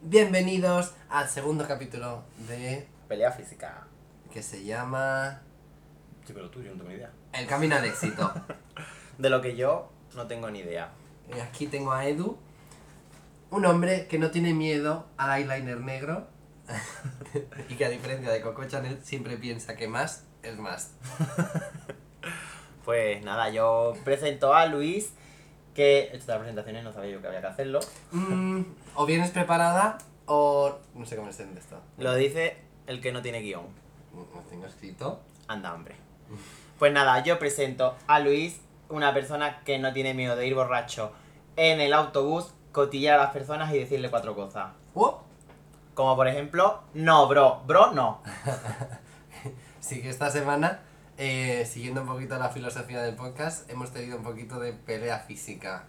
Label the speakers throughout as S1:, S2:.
S1: bienvenidos al segundo capítulo de
S2: Pelea física.
S1: que se llama
S2: Sí, pero tú, yo no tengo ni idea.
S1: El Camino al Éxito.
S2: De lo que yo no tengo ni idea.
S1: Y Aquí tengo a Edu, un hombre que no tiene miedo al eyeliner negro y que a diferencia de Coco Chanel siempre piensa que más es más.
S2: Pues nada, yo presento a Luis, que estas presentaciones no sabía yo que había que hacerlo.
S1: Mm, o vienes preparada o no sé cómo se dice esto.
S2: Lo dice el que no tiene guión.
S1: No tengo escrito.
S2: Anda, hombre. Pues nada, yo presento a Luis, una persona que no tiene miedo de ir borracho en el autobús, cotillar a las personas y decirle cuatro cosas.
S1: ¡Oh!
S2: Como por ejemplo, no, bro, bro, no.
S1: Sí que esta semana, eh, siguiendo un poquito la filosofía del podcast, hemos tenido un poquito de pelea física.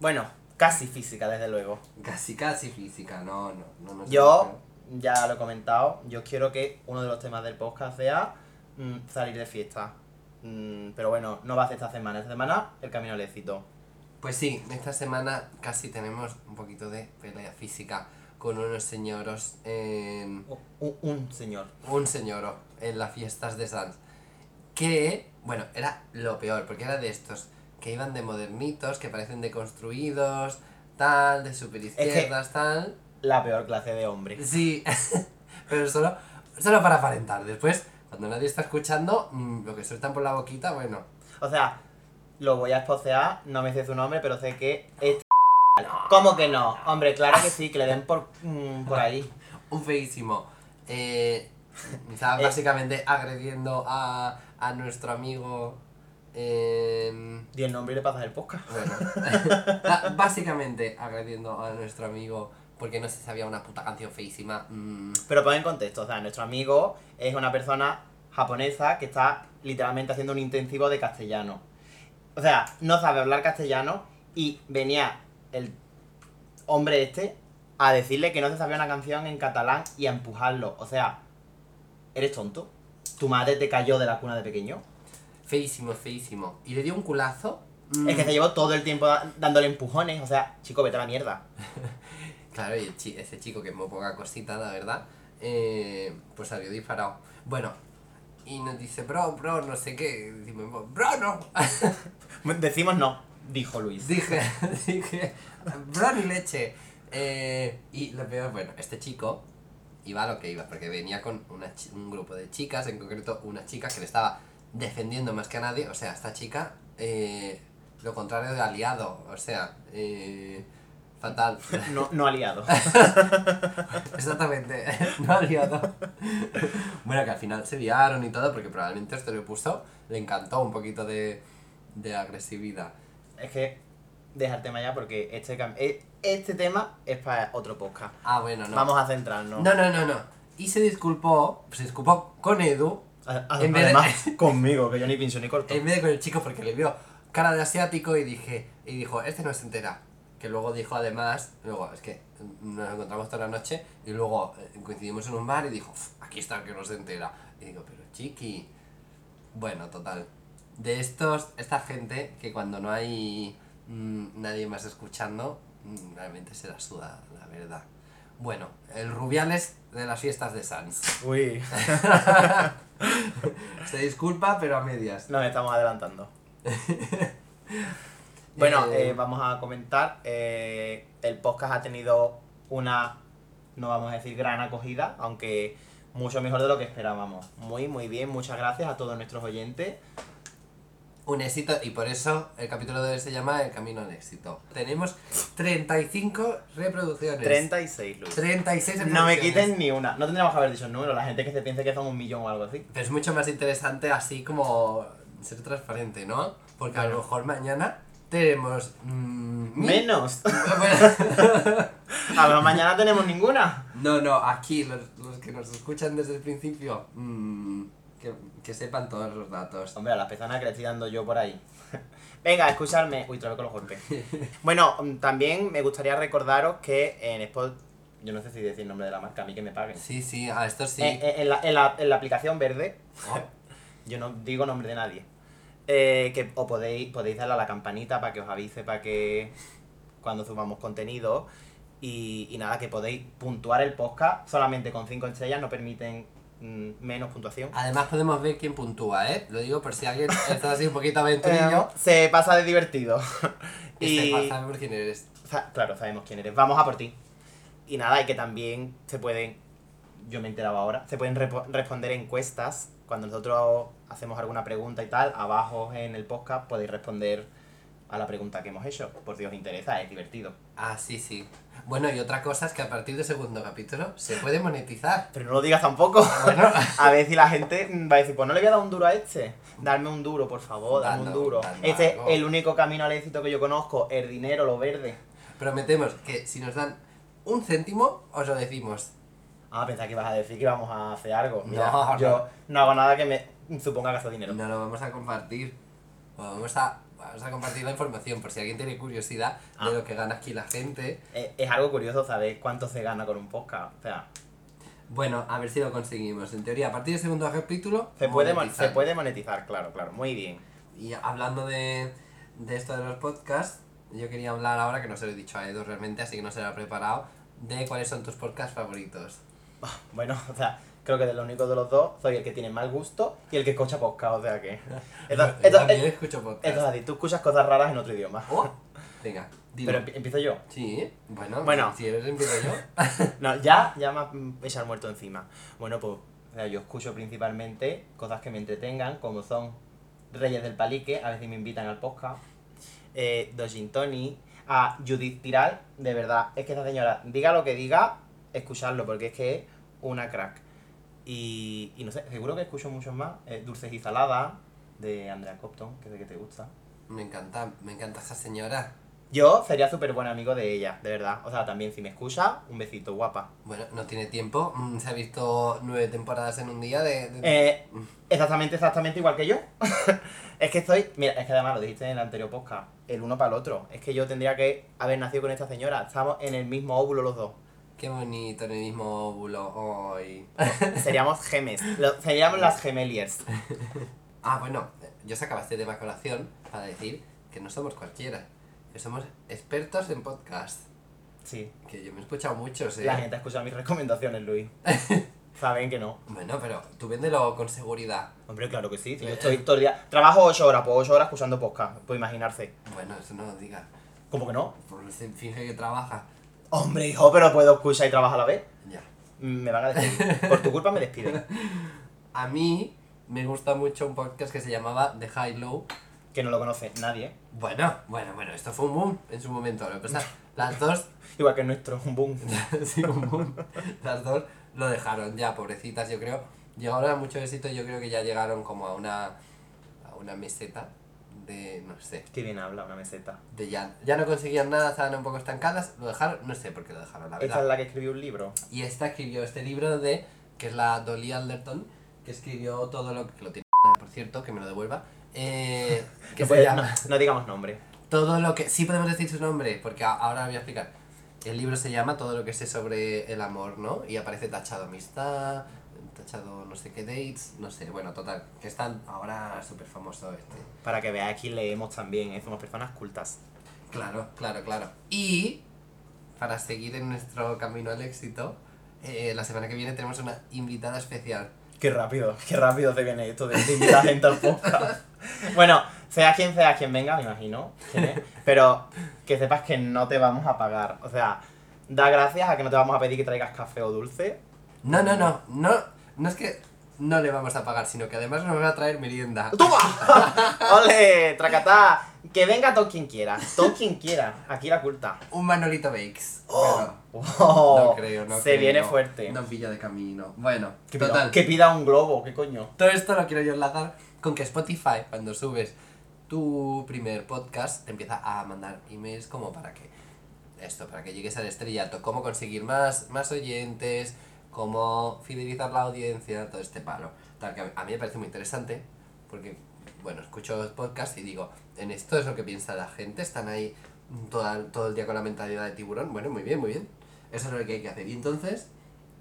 S2: Bueno, casi física, desde luego.
S1: Casi, casi física, no, no, no. no sé
S2: Yo, ya lo he comentado, yo quiero que uno de los temas del podcast sea mm, salir de fiesta. Mm, pero bueno, no va a ser esta semana. Esta semana, el camino al éxito.
S1: Pues sí, esta semana casi tenemos un poquito de pelea física con unos señoros en...
S2: U- u- Un, señor.
S1: Un señor en las fiestas de Sanz. Que, bueno, era lo peor, porque era de estos que iban de modernitos, que parecen deconstruidos, tal, de superizquierdas, tal...
S2: La peor clase de hombre.
S1: Sí, pero solo, solo para aparentar. Después, cuando nadie está escuchando, mm, lo que sueltan por la boquita, bueno.
S2: O sea, lo voy a espocear, no me sé su nombre, pero sé que es... ¿Cómo que no? Hombre, claro que sí, que le den por, mm, por ahí.
S1: Un feísimo. Eh, estaba
S2: Eh.
S1: básicamente agrediendo a, a nuestro amigo. eh,
S2: Y el nombre le pasas el podcast.
S1: bueno. Ah, básicamente agrediendo a nuestro amigo porque no se sabía una puta canción feísima. mm,
S2: Pero pon en contexto, o sea, nuestro amigo es una persona japonesa que está literalmente haciendo un intensivo de castellano. O sea, no sabe hablar castellano y venía el hombre este a decirle que no se sabía una canción en catalán y a empujarlo. O sea, ¿eres tonto? ¿Tu madre te cayó de la cuna de pequeño?
S1: feísimo, feísimo. Y le dio un culazo. mm,
S2: Es que se llevó todo el tiempo da- dándole empujones. O sea, chico, vete a la mierda.
S1: Claro, y el chi- ese chico que es muy poca cosita, la verdad, eh, pues salió disparado. Bueno, y nos dice, bro, bro, no sé qué. Decimos, bro, no.
S2: Decimos no, dijo Luis.
S1: dije, dije, bro, ni leche. Eh, y lo peor, bueno, este chico iba a lo que iba, porque venía con una chi- un grupo de chicas, en concreto una chica que le estaba defendiendo más que a nadie. O sea, esta chica, eh, lo contrario de aliado, o sea, eh, fatal.
S2: No, no aliado.
S1: Exactamente, no ha liado. Bueno, que al final se liaron y todo, porque probablemente esto le puso, le encantó un poquito de, de agresividad.
S2: Es que dejar tema ya porque este, cam- e- este tema es para otro podcast.
S1: Ah, bueno, no.
S2: Vamos a centrarnos.
S1: No, no, no, no. Y se disculpó, se disculpó con Edu,
S2: A- a-
S1: En vez de-
S2: además, conmigo, que yo ni pincho ni corto.
S1: en vez de con el chico, porque le vio cara de asiático y dije, y dijo, este no se entera. Que luego dijo además, luego, es que nos encontramos toda la noche y luego eh, coincidimos en un bar y dijo, "Uf, aquí está el que no se entera. Y digo, pero chiqui. Bueno, total. De estos, esta gente que cuando no hay mm, nadie más escuchando, mm, realmente se la suda, la verdad. Bueno, el Rubiales de las fiestas de Sans.
S2: Uy,
S1: Se disculpa, pero a medias.
S2: nos estamos adelantando. bueno,
S1: Eh,
S2: eh, vamos a comentar. eh, el podcast ha tenido una, no vamos a decir gran acogida, aunque mucho mejor de lo que esperábamos. Muy, muy bien. Muchas gracias a todos nuestros oyentes.
S1: Un éxito, y por eso el capítulo de hoy se llama El camino al éxito. Tenemos 35 reproducciones.
S2: 36, Luis.
S1: 36 reproducciones.
S2: No me quiten ni una. No tendríamos que haber dicho el número. La gente que se piense que son un millón o algo así.
S1: Pero es mucho más interesante así como ser transparente, ¿no? Porque a lo mejor mañana tenemos. mm, mil.
S2: Menos.
S1: Bueno,
S2: A lo mañana tenemos ninguna.
S1: no, no, aquí los, los que nos escuchan desde el principio, mm, que, que sepan todos los datos.
S2: Hombre, a las pezanas que le estoy dando yo por ahí. Venga, escucharme. Uy, otra vez con los golpes. Bueno, mm, también me gustaría recordaros que en Spot. Yo no sé si decir el nombre de la marca, a mí que me paguen.
S1: Sí, sí, a esto sí.
S2: Eh, eh, en, la, en la- en la aplicación verde,
S1: Oh,
S2: yo no digo nombre de nadie. eh, que o podéis, podéis darle a la campanita para que os avise, para que cuando subamos contenido. Y, y nada, que podéis puntuar el podcast solamente con 5 estrellas, no permiten mm, menos puntuación.
S1: Además podemos ver quién puntúa, ¿eh? Lo digo por si alguien está así un poquito
S2: Eh,
S1: aventurillo.
S2: se pasa de divertido.
S1: y
S2: y
S1: se pasa por quién eres.
S2: sa- claro, sabemos quién eres. Vamos a por ti. Y nada, y que también se pueden, yo me he enterado ahora, se pueden repo- responder encuestas. Cuando nosotros hacemos alguna pregunta y tal, abajo en el podcast podéis responder a la pregunta que hemos hecho, por si os interesa, es divertido.
S1: Ah, sí, sí. Bueno, y otra cosa es que a partir del segundo capítulo se puede monetizar.
S2: Pero no lo digas tampoco.
S1: Bueno,
S2: A ver si la gente mm, va a decir, pues no le voy a dar un duro a este. Darme un duro, por favor, darme un
S1: Dando,
S2: duro.
S1: dando
S2: Este es
S1: algo.
S2: el único camino al éxito que yo conozco, el dinero, lo verde.
S1: prometemos que si nos dan un céntimo, os lo decimos.
S2: Ah, pensaba que ibas a decir que íbamos a hacer algo. Mira,
S1: No, no.
S2: yo no hago nada que me suponga gasto dinero.
S1: No lo vamos a compartir. Vamos a, vamos a compartir la información por si alguien tiene curiosidad
S2: Ah.
S1: de lo que gana aquí la gente.
S2: Eh, Es, algo curioso saber cuánto se gana con un podcast. O sea,
S1: Bueno, a ver si lo conseguimos. En teoría, a partir del segundo capítulo...
S2: se puede, mon-
S1: monetizar.
S2: se puede monetizar, claro, claro. Muy bien.
S1: Y hablando de, de esto de los podcasts, yo quería hablar ahora, que no se lo he dicho a Edu realmente, así que no se lo he preparado, de cuáles son tus podcasts favoritos.
S2: Bueno, o sea, creo que de lo único de los dos soy el que tiene mal gusto y el que escucha podcast. O sea que. Esto,
S1: yo
S2: esto-
S1: también
S2: eh,
S1: escucho podcasts.
S2: esto es así, tú escuchas cosas raras en otro idioma.
S1: Oh, venga, dilo.
S2: Pero empie- empiezo yo.
S1: Sí, bueno,
S2: Bueno.
S1: si eres empiezo yo.
S2: No, ya, ya me has mm, echado el muerto encima. Bueno, pues o sea, yo escucho principalmente cosas que me entretengan, como son Reyes del Palique, a veces me invitan al podcast, eh, Dojin Tony, a Judith Piral, de verdad, es que esta señora, diga lo que diga, escucharlo, porque es que es una crack. Y, y no sé, seguro que escucho muchos más, eh, Dulces y Saladas, de Andrea Copton, que sé que te gusta.
S1: Me encanta, me encanta esa señora.
S2: Yo sería súper buen amigo de ella, de verdad. O sea, también si me escucha, un besito, guapa.
S1: Bueno, no tiene tiempo, mm, se ha visto nueve temporadas en un día de... de-
S2: Eh, exactamente, exactamente igual que yo. es que estoy. Mira, es que además lo dijiste en el anterior podcast. El uno para el otro. Es que yo tendría que haber nacido con esta señora. Estamos en el mismo óvulo los dos.
S1: Qué bonito, en el mismo óvulo, hoy.
S2: Seríamos gemes. lo- seríamos las gemeliers.
S1: Ah, bueno, yo sacaba este tema a colación para decir que no somos cualquiera, que somos expertos en podcast.
S2: Sí.
S1: Que yo me he escuchado muchos, eh.
S2: La gente ha escuchado mis recomendaciones, Luis. Saben que no.
S1: Bueno, pero tú véndelo con seguridad.
S2: Hombre, claro que sí. si
S1: Eh,
S2: yo estoy todo el día. Trabajo 8 horas, pues 8 horas escuchando podcast. Puedo imaginarse.
S1: Bueno, eso no lo digas.
S2: ¿Cómo que no?
S1: Por se finge que trabaja.
S2: Hombre, hijo, pero puedo escuchar y trabajar a la vez.
S1: Ya.
S2: Mm, Me van a despedir. Por tu culpa me despiden.
S1: A mí me gusta mucho un podcast que se llamaba The High Low.
S2: Que no lo conoce nadie. ¿eh?
S1: Bueno, bueno, bueno, esto fue un boom en su momento. Lo que pasa, las dos,
S2: Igual que el nuestro, un boom.
S1: sí, un boom. Las dos lo dejaron ya, pobrecitas, yo creo. Llegaron a mucho éxito, yo creo que ya llegaron como a una, a una meseta de, no sé,
S2: Qué bien habla una meseta.
S1: de ya, ya no conseguían nada, estaban un poco estancadas, lo dejaron, no sé por qué lo dejaron, la
S2: Esta es
S1: verdad.
S2: la que escribió un libro.
S1: Y esta escribió este libro de, que es la Dolly Alderton, que escribió todo lo que lo tiene, por cierto, que me lo devuelva. eh, que se
S2: No, puede-
S1: llama
S2: no- no digamos nombre.
S1: Todo lo que. Sí podemos decir su nombre, porque a- ahora voy a explicar. El libro se llama Todo lo que sé sobre el amor, ¿no? Y aparece tachado amistad, tachado no sé qué dates, no sé. Bueno, total, que están ahora súper famoso este.
S2: Para que veáis aquí leemos también, ¿eh? somos personas cultas.
S1: Claro, claro, claro. Y para seguir en nuestro camino al éxito, eh, la semana que viene tenemos una invitada especial.
S2: Qué rápido, qué rápido te viene esto de de invitar gente al podcast. Bueno, sea quien sea quien venga, me imagino, quién es, pero que sepas que no te vamos a pagar. O sea, da gracias a que no te vamos a pedir que traigas café o dulce.
S1: No, no, no, no, no es que no le vamos a pagar, sino que además nos va a traer merienda.
S2: ¡Toma! ¡Ole! ¡Tracatá! Que venga todo quien quiera, todo quien quiera. Aquí la culta.
S1: Un Manolito Bakes.
S2: ¡Oh!
S1: Bueno.
S2: Wow,
S1: No creo, no
S2: se
S1: creo.
S2: viene fuerte.
S1: No pilla de camino. Bueno,
S2: Que pida-
S1: total.
S2: que pida un globo, ¿qué coño?
S1: Todo esto lo quiero yo enlazar con que Spotify, cuando subes tu primer podcast, te empieza a mandar emails como para que esto, para que llegues al estrellato, cómo conseguir más, más oyentes, cómo fidelizar la audiencia, todo este palo. Tal que a mí- a mí me parece muy interesante, porque, bueno, escucho los podcasts y digo, en esto es lo que piensa la gente, están ahí toda, todo el día con la mentalidad de tiburón. Bueno, muy bien, muy bien. Eso es lo que hay que hacer. Y entonces,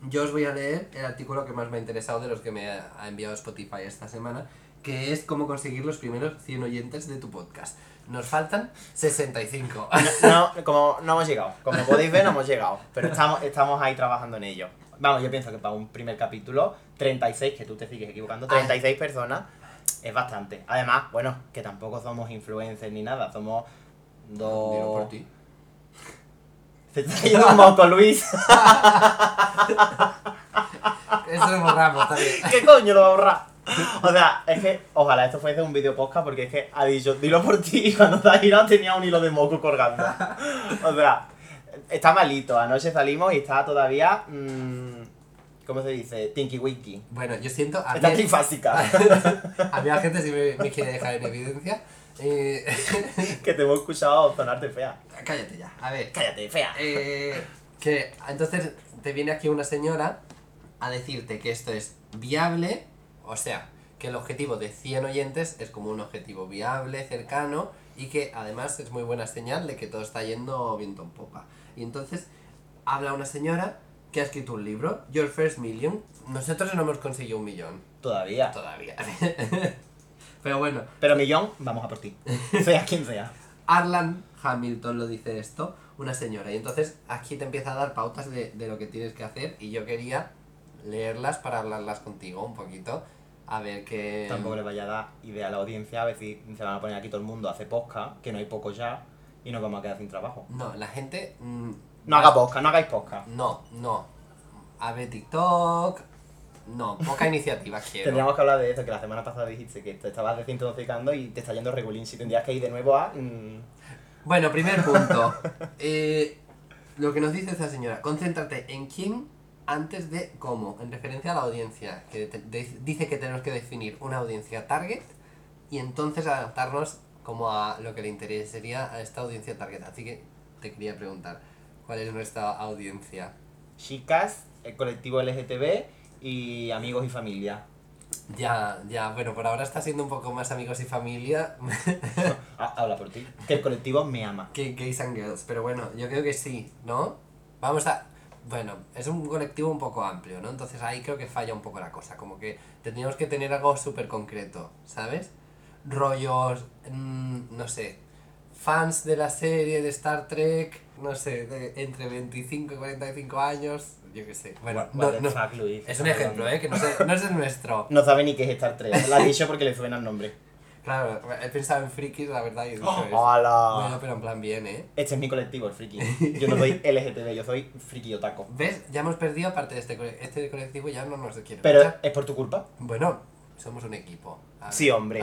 S1: yo os voy a leer el artículo que más me ha interesado de los que me ha ha enviado Spotify esta semana, que es cómo conseguir los primeros 100 oyentes de tu podcast. Nos faltan 65.
S2: No, no, como no hemos llegado. Como podéis ver, no hemos llegado. Pero estamos, estamos ahí trabajando en ello. Vamos, yo pienso que para un primer capítulo, 36, que tú te sigues equivocando, 36 personas es bastante. Además, bueno, que tampoco somos influencers ni nada, somos
S1: Dilo por
S2: dos.
S1: ti.
S2: Se está yendo un moco, Luis.
S1: Eso lo borramos, está bien.
S2: ¿Qué coño lo va a borrar? O sea, es que ojalá esto fuese un video podcast porque es que ha dicho, dilo por ti y cuando te has girado tenía un hilo de moco colgando. O sea, está malito. Anoche salimos y está todavía. mm, ¿Cómo se dice? Tinky Winky.
S1: Bueno, yo siento. A
S2: Está
S1: mí-
S2: trifásica.
S1: a mí la gente sí me, me quiere dejar en evidencia. Eh,
S2: que te hemos escuchado sonarte fea.
S1: cállate ya. A ver.
S2: Cállate, fea.
S1: Eh, que entonces te viene aquí una señora a decirte que esto es viable, o sea, que el objetivo de 100 oyentes es como un objetivo viable, cercano, y que además es muy buena señal de que todo está yendo viento en popa. Y entonces habla una señora que ha escrito un libro, Your First Million. Nosotros no hemos conseguido un millón
S2: Todavía.
S1: todavía. Pero bueno,
S2: Pero millón, vamos a por ti. Sea quien sea.
S1: Arlan Hamilton lo dice esto, una señora. Y entonces aquí te empieza a dar pautas de, de lo que tienes que hacer y yo quería leerlas para hablarlas contigo un poquito. A ver qué...
S2: Tampoco le vaya a dar idea a la audiencia a ver si se van a poner aquí todo el mundo a hacer posca, que no hay poco ya, y nos vamos a quedar sin trabajo.
S1: No, la gente... mm,
S2: No haga posca, no hagáis posca.
S1: No, no. A ver TikTok... No, poca iniciativa quiero.
S2: Tendríamos que hablar de eso, que la semana pasada dijiste que te estabas desintoxicando y te está yendo regulín. Si tendrías que ir de nuevo a. mm,
S1: Bueno, primer punto. Eh, lo que nos dice esta señora, concéntrate en quién antes de cómo, en referencia a la audiencia, que te- de- dice que tenemos que definir una audiencia target y entonces adaptarnos como a lo que le interesaría a esta audiencia target. Así que te quería preguntar, ¿cuál es nuestra audiencia?
S2: chicas, el colectivo LGTB y amigos y familia.
S1: Ya, ya, bueno, por ahora está siendo un poco más amigos y familia
S2: Ah, habla por ti. Que el colectivo me ama.
S1: que gays and girls, pero bueno, yo creo que sí, ¿no? Vamos a... Bueno, es un colectivo un poco amplio, ¿no? Entonces ahí creo que falla un poco la cosa, como que tendríamos que tener algo súper concreto, ¿sabes? Rollos, mm, no sé, fans de la serie de Star Trek, no sé, de entre 25 y 45 años, yo qué sé. Bueno,
S2: What
S1: no-
S2: the
S1: no-
S2: fuck, Luis,
S1: es un
S2: estás
S1: ejemplo,
S2: hablando.
S1: ¿eh? Que no, sé- no es el nuestro.
S2: No sabe ni qué es Star Trek. Lo ha dicho porque le suena el nombre.
S1: Claro, he pensado en frikis, la verdad, y he dicho
S2: Oh,
S1: eso.
S2: ah. ¡Hala!
S1: Bueno, pero en plan bien, ¿eh?
S2: Este es mi colectivo, el friki. Yo no soy LGTB, yo soy friki otaco.
S1: ¿Ves? Ya hemos perdido parte de este, cole- este colectivo, ya no nos quiere.
S2: Pero
S1: escuchar.
S2: es por tu culpa.
S1: Bueno, somos un equipo. A ver.
S2: Sí, hombre.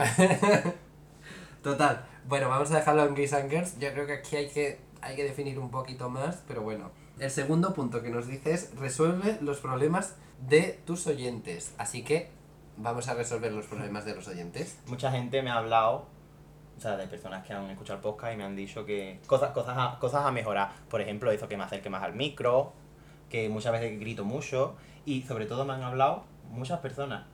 S1: Total. Bueno, vamos a dejarlo en Gays and Girls. Yo creo que aquí hay que, hay que definir un poquito más, pero bueno. El segundo punto que nos dice es resuelve los problemas de tus oyentes. Así que vamos a resolver los problemas de los oyentes.
S2: Mucha gente me ha hablado, o sea, de personas que han escuchado el podcast y me han dicho que cosas, cosas, a, cosas a mejorar. Por ejemplo, eso que me acerque más al micro, que muchas veces grito mucho. Y sobre todo me han hablado muchas personas,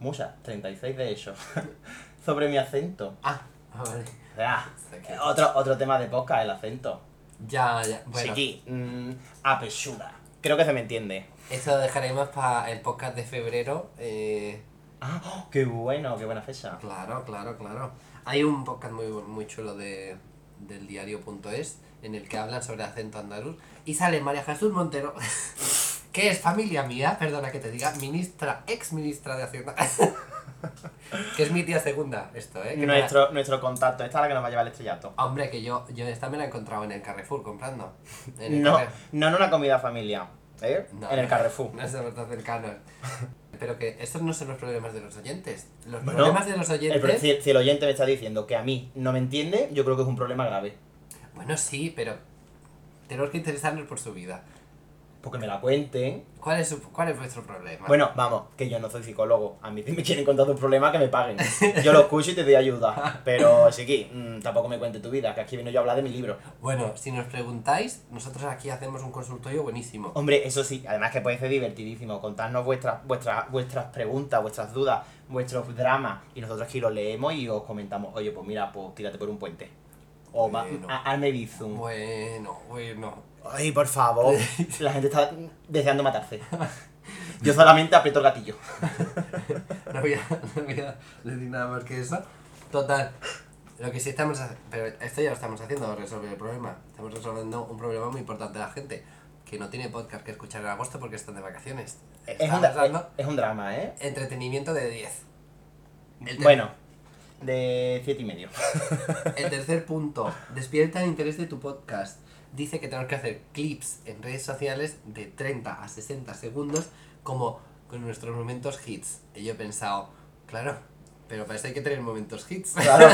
S2: muchas, 36 de ellos, sobre mi acento.
S1: Ah, ah, vale.
S2: O sea,
S1: Sé que-
S2: otro, otro tema de podcast, el acento.
S1: Ya, ya. Bueno,
S2: Chiqui, mm, apechuda. Creo que se me entiende.
S1: eso lo dejaremos para el podcast de febrero. eh,
S2: Ah, ¡oh! qué bueno, qué buena fecha.
S1: Claro, claro, claro. Hay un podcast muy, muy chulo de, del diario.es en el que hablan sobre acento andaluz y sale María Jesús Montero, que es familia mía, perdona que te diga, ministra, ex ministra de Hacienda. que es mi tía segunda, esto, ¿eh? que me la-
S2: Nuestro, nuestro contacto, esta es la que nos va a llevar el estrellato.
S1: Hombre, que yo, yo esta me la he encontrado en el Carrefour comprando. En el
S2: No,
S1: Carrefour.
S2: no en una comida familiar, ¿eh?
S1: No,
S2: en el Carrefour.
S1: No se verdad cercanos. Pero que estos no son los problemas de los oyentes. Los
S2: Bueno,
S1: problemas de los oyentes.
S2: El pro- si, si el oyente me está diciendo que a mí no me entiende, yo creo que es un problema grave.
S1: Bueno, sí, pero tenemos que interesarnos por su vida.
S2: Porque me la cuenten.
S1: ¿Cuál es, su- cuál es vuestro problema?
S2: Bueno, vamos, que yo no soy psicólogo. A mí si me quieren contar un problema, que me paguen. Yo lo escucho y te doy ayuda. Pero, Chiqui, mm, tampoco me cuente tu vida, que aquí vino yo a hablar de mi libro.
S1: Bueno, si nos preguntáis, nosotros aquí hacemos un consultorio buenísimo.
S2: Hombre, eso sí, además que puede ser divertidísimo. Contadnos vuestras, vuestras, vuestras preguntas, vuestras dudas, vuestros dramas. Y nosotros aquí los leemos y os comentamos, oye, pues mira, pues tírate por un puente. O ma-
S1: Bueno.
S2: a- hazme bizum.
S1: Bueno, bueno.
S2: Ay, por favor. La gente está deseando matarse. Yo solamente aprieto el gatillo.
S1: No voy, a, no voy a decir nada más que eso. Total. Lo que sí estamos haciendo, pero esto ya lo estamos haciendo, resolver el problema. Estamos resolviendo un problema muy importante de la gente, que no tiene podcast que escuchar en agosto porque están de vacaciones.
S2: Es un,
S1: Estamos dando
S2: dra- es un drama, ¿eh?
S1: entretenimiento de 10. El te-
S2: Bueno, de siete y medio.
S1: El tercer punto, despierta el interés de tu podcast. Dice que tenemos que hacer clips en redes sociales de 30 a 60 segundos como con nuestros momentos hits. Y yo he pensado, claro, pero para eso hay que tener momentos hits.
S2: Claro.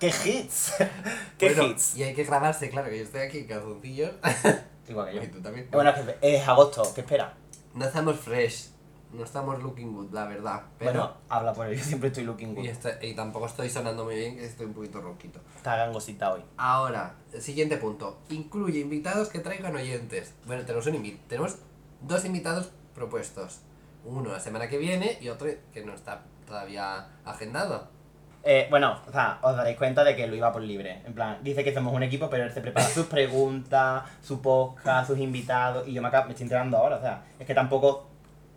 S2: ¡Qué hits! ¡Qué
S1: Bueno,
S2: hits!
S1: Y hay que grabarse, claro, que yo estoy aquí en calzoncillos.
S2: Igual que yo.
S1: Y tú también.
S2: Bueno, es que es agosto, ¿qué espera?
S1: No estamos fresh, no estamos looking good, la verdad. Pero,
S2: Bueno, habla por ello, yo siempre estoy looking
S1: y,
S2: good.
S1: esto- y tampoco estoy sonando muy bien, que estoy un poquito ronquito.
S2: Está gangosita hoy.
S1: Ahora, el siguiente punto. Incluye invitados que traigan oyentes. Bueno, tenemos, un invi- tenemos dos invitados propuestos. Uno la semana que viene y otro que no está todavía agendado.
S2: Eh, bueno, o sea, os daréis cuenta de que lo iba por libre. En plan, dice que somos un equipo, pero él se prepara sus preguntas, su podcast, sus invitados, y yo me, acabo, me estoy enterando ahora, o sea, es que tampoco,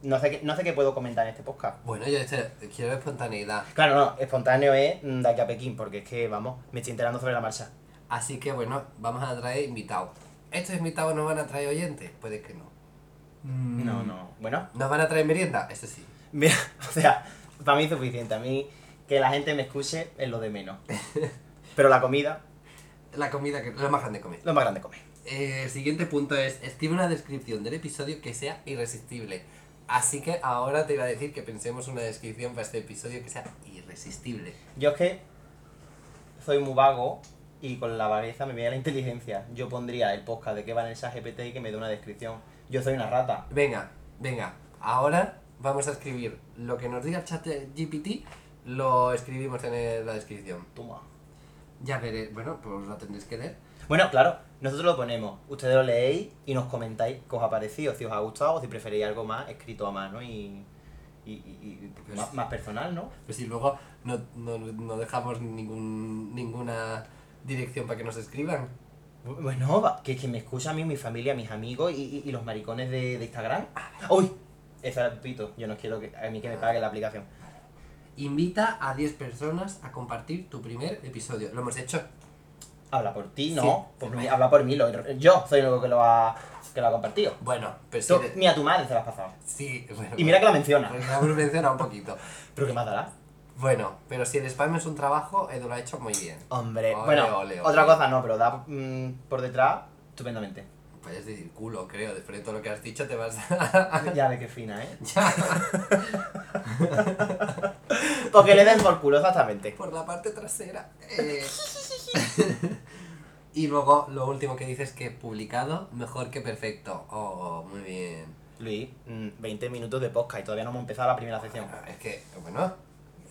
S2: no sé, qué, no sé qué puedo comentar en este podcast.
S1: Bueno, yo este- quiero espontaneidad.
S2: Claro, no, espontáneo es mm, de aquí a Pekín, porque es que, vamos, me estoy enterando sobre la marcha.
S1: Así que bueno, vamos a traer invitados. ¿Estos invitados nos van a traer oyentes? Puede que no. Mm.
S2: No, no. Bueno,
S1: ¿Nos van a traer merienda? Eso sí.
S2: mira, o sea, para mí es suficiente, a mí que la gente me escuche es lo de menos. Pero la comida,
S1: La comida que lo más grande comer.
S2: lo más grande comer.
S1: Eh, el siguiente punto es, escribe una descripción del episodio que sea irresistible. Así que ahora te iba a decir que pensemos una descripción para este episodio que sea irresistible.
S2: Yo es que soy muy vago y con la vagueza me viene la inteligencia. Yo pondría el podcast de qué va en el GPT y que me dé una descripción. Yo soy una rata.
S1: Venga, venga, ahora vamos a escribir lo que nos diga el chat de GPT, lo escribimos en el- la descripción.
S2: Toma.
S1: Ya veré, bueno, pues lo tendréis que leer.
S2: Bueno, claro, nosotros lo ponemos, ustedes lo leéis y nos comentáis qué os ha parecido, si os ha gustado o si preferéis algo más escrito a mano y, y- y- y más, más personal, ¿no?
S1: Pues si luego no, no- no dejamos ningún, ninguna dirección para que nos escriban.
S2: Bueno, va, que, que me escucha a mí, mi familia, mis amigos y, y- y los maricones de, de Instagram. ¡Uy! Esa pito, yo no quiero que a mí que me pague la aplicación.
S1: Invita a 10 personas a compartir tu primer episodio. Lo hemos hecho.
S2: Habla por ti, no.
S1: Sí.
S2: Por mí, habla por mí. lo- yo soy el único que lo ha, que lo ha compartido.
S1: Bueno, pero
S2: Tú,
S1: si de-
S2: ni a tu madre se lo has pasado.
S1: Sí, bueno. pues
S2: Y mira que la menciona.
S1: Porque la hemos mencionado un poquito.
S2: Pero ¿qué más dará?
S1: Bueno, pero si el spam es un trabajo, Edu lo ha hecho muy bien.
S2: Hombre,
S1: Ole,
S2: bueno,
S1: ole, ole.
S2: otra cosa no, pero da mm, por detrás estupendamente.
S1: Puedes decir culo, creo. Después de todo lo que has dicho, te vas a.
S2: ya ve qué fina, ¿eh?
S1: ya,
S2: Porque le den por culo, exactamente.
S1: por la parte trasera. Eh. y luego, lo último que dices que publicado mejor que perfecto. Oh, muy bien.
S2: Luis, mm, 20 minutos de podcast y todavía no hemos empezado la primera sección.
S1: Ah, Es que, bueno,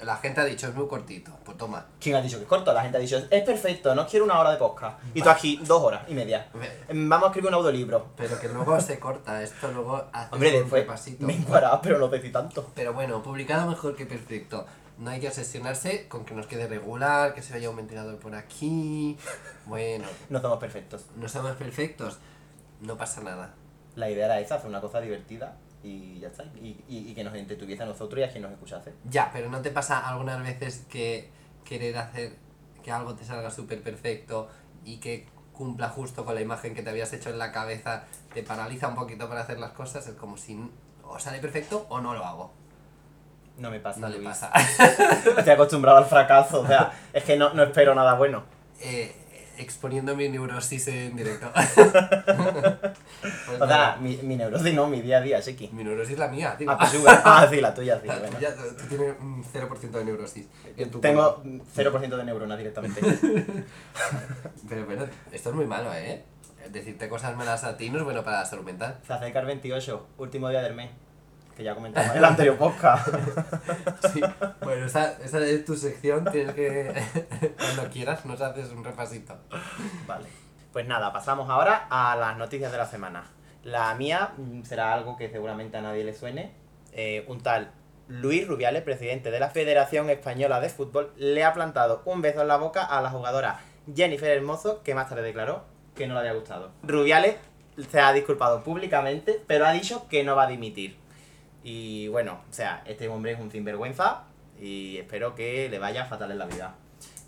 S1: la gente ha dicho es muy cortito. Pues toma.
S2: ¿Quién ha dicho que es corto? La gente ha dicho, es perfecto, no quiero una hora de podcast. Y tú aquí, dos horas y media. Mm, Vamos a escribir un audiolibro.
S1: Pero que luego se corta. Esto luego hace
S2: Hombre,
S1: un
S2: después
S1: repasito.
S2: me encuadraba, pero no decís tanto.
S1: Pero bueno, publicado mejor que perfecto. No hay que obsesionarse con que nos quede regular, que se vaya un ventilador por aquí. Bueno,
S2: No somos perfectos.
S1: no somos perfectos. No pasa nada.
S2: La idea era esa, hacer una cosa divertida y ya está. Y, y- y que nos entretuviese a nosotros y a quien nos escuchase.
S1: Ya, pero ¿no te pasa algunas veces que querer hacer que algo te salga súper perfecto y que cumpla justo con la imagen que te habías hecho en la cabeza te paraliza un poquito para hacer las cosas? Es como si o sale perfecto o no lo hago.
S2: No me pasa,
S1: No le
S2: Luis.
S1: pasa.
S2: Estoy acostumbrado al fracaso, o sea, es que no, no espero nada bueno.
S1: Eh, exponiendo mi neurosis en directo. Pues
S2: O sea,
S1: nada.
S2: mi, mi neurosis no, mi día a día, Chiqui.
S1: Mi neurosis es la mía, digo.
S2: Ah, pues sí, bueno. Ah, sí, la tuya, sí,
S1: La
S2: bueno.
S1: tuya, tú tienes un 0% de neurosis. en tu
S2: Tengo
S1: cuerpo.
S2: 0% de neuronas directamente.
S1: Pero bueno, esto es muy malo, ¿eh? Decirte cosas malas a ti no es bueno para la salud mental.
S2: Se acerca el 28, último día del mes, que ya comentamos en el anterior podcast.
S1: Sí. Bueno, esa, esa es tu sección, tienes que. Cuando quieras, nos haces un repasito.
S2: Vale. Pues nada, pasamos ahora a las noticias de la semana. La mía mm, será algo que seguramente a nadie le suene. Eh, un tal Luis Rubiales, presidente de la Federación Española de Fútbol, le ha plantado un beso en la boca a la jugadora Jennifer Hermoso, que más tarde declaró que no le había gustado. Rubiales se ha disculpado públicamente, pero ha dicho que no va a dimitir. Y bueno, o sea, este hombre es un sinvergüenza y espero que le vaya fatal en la vida.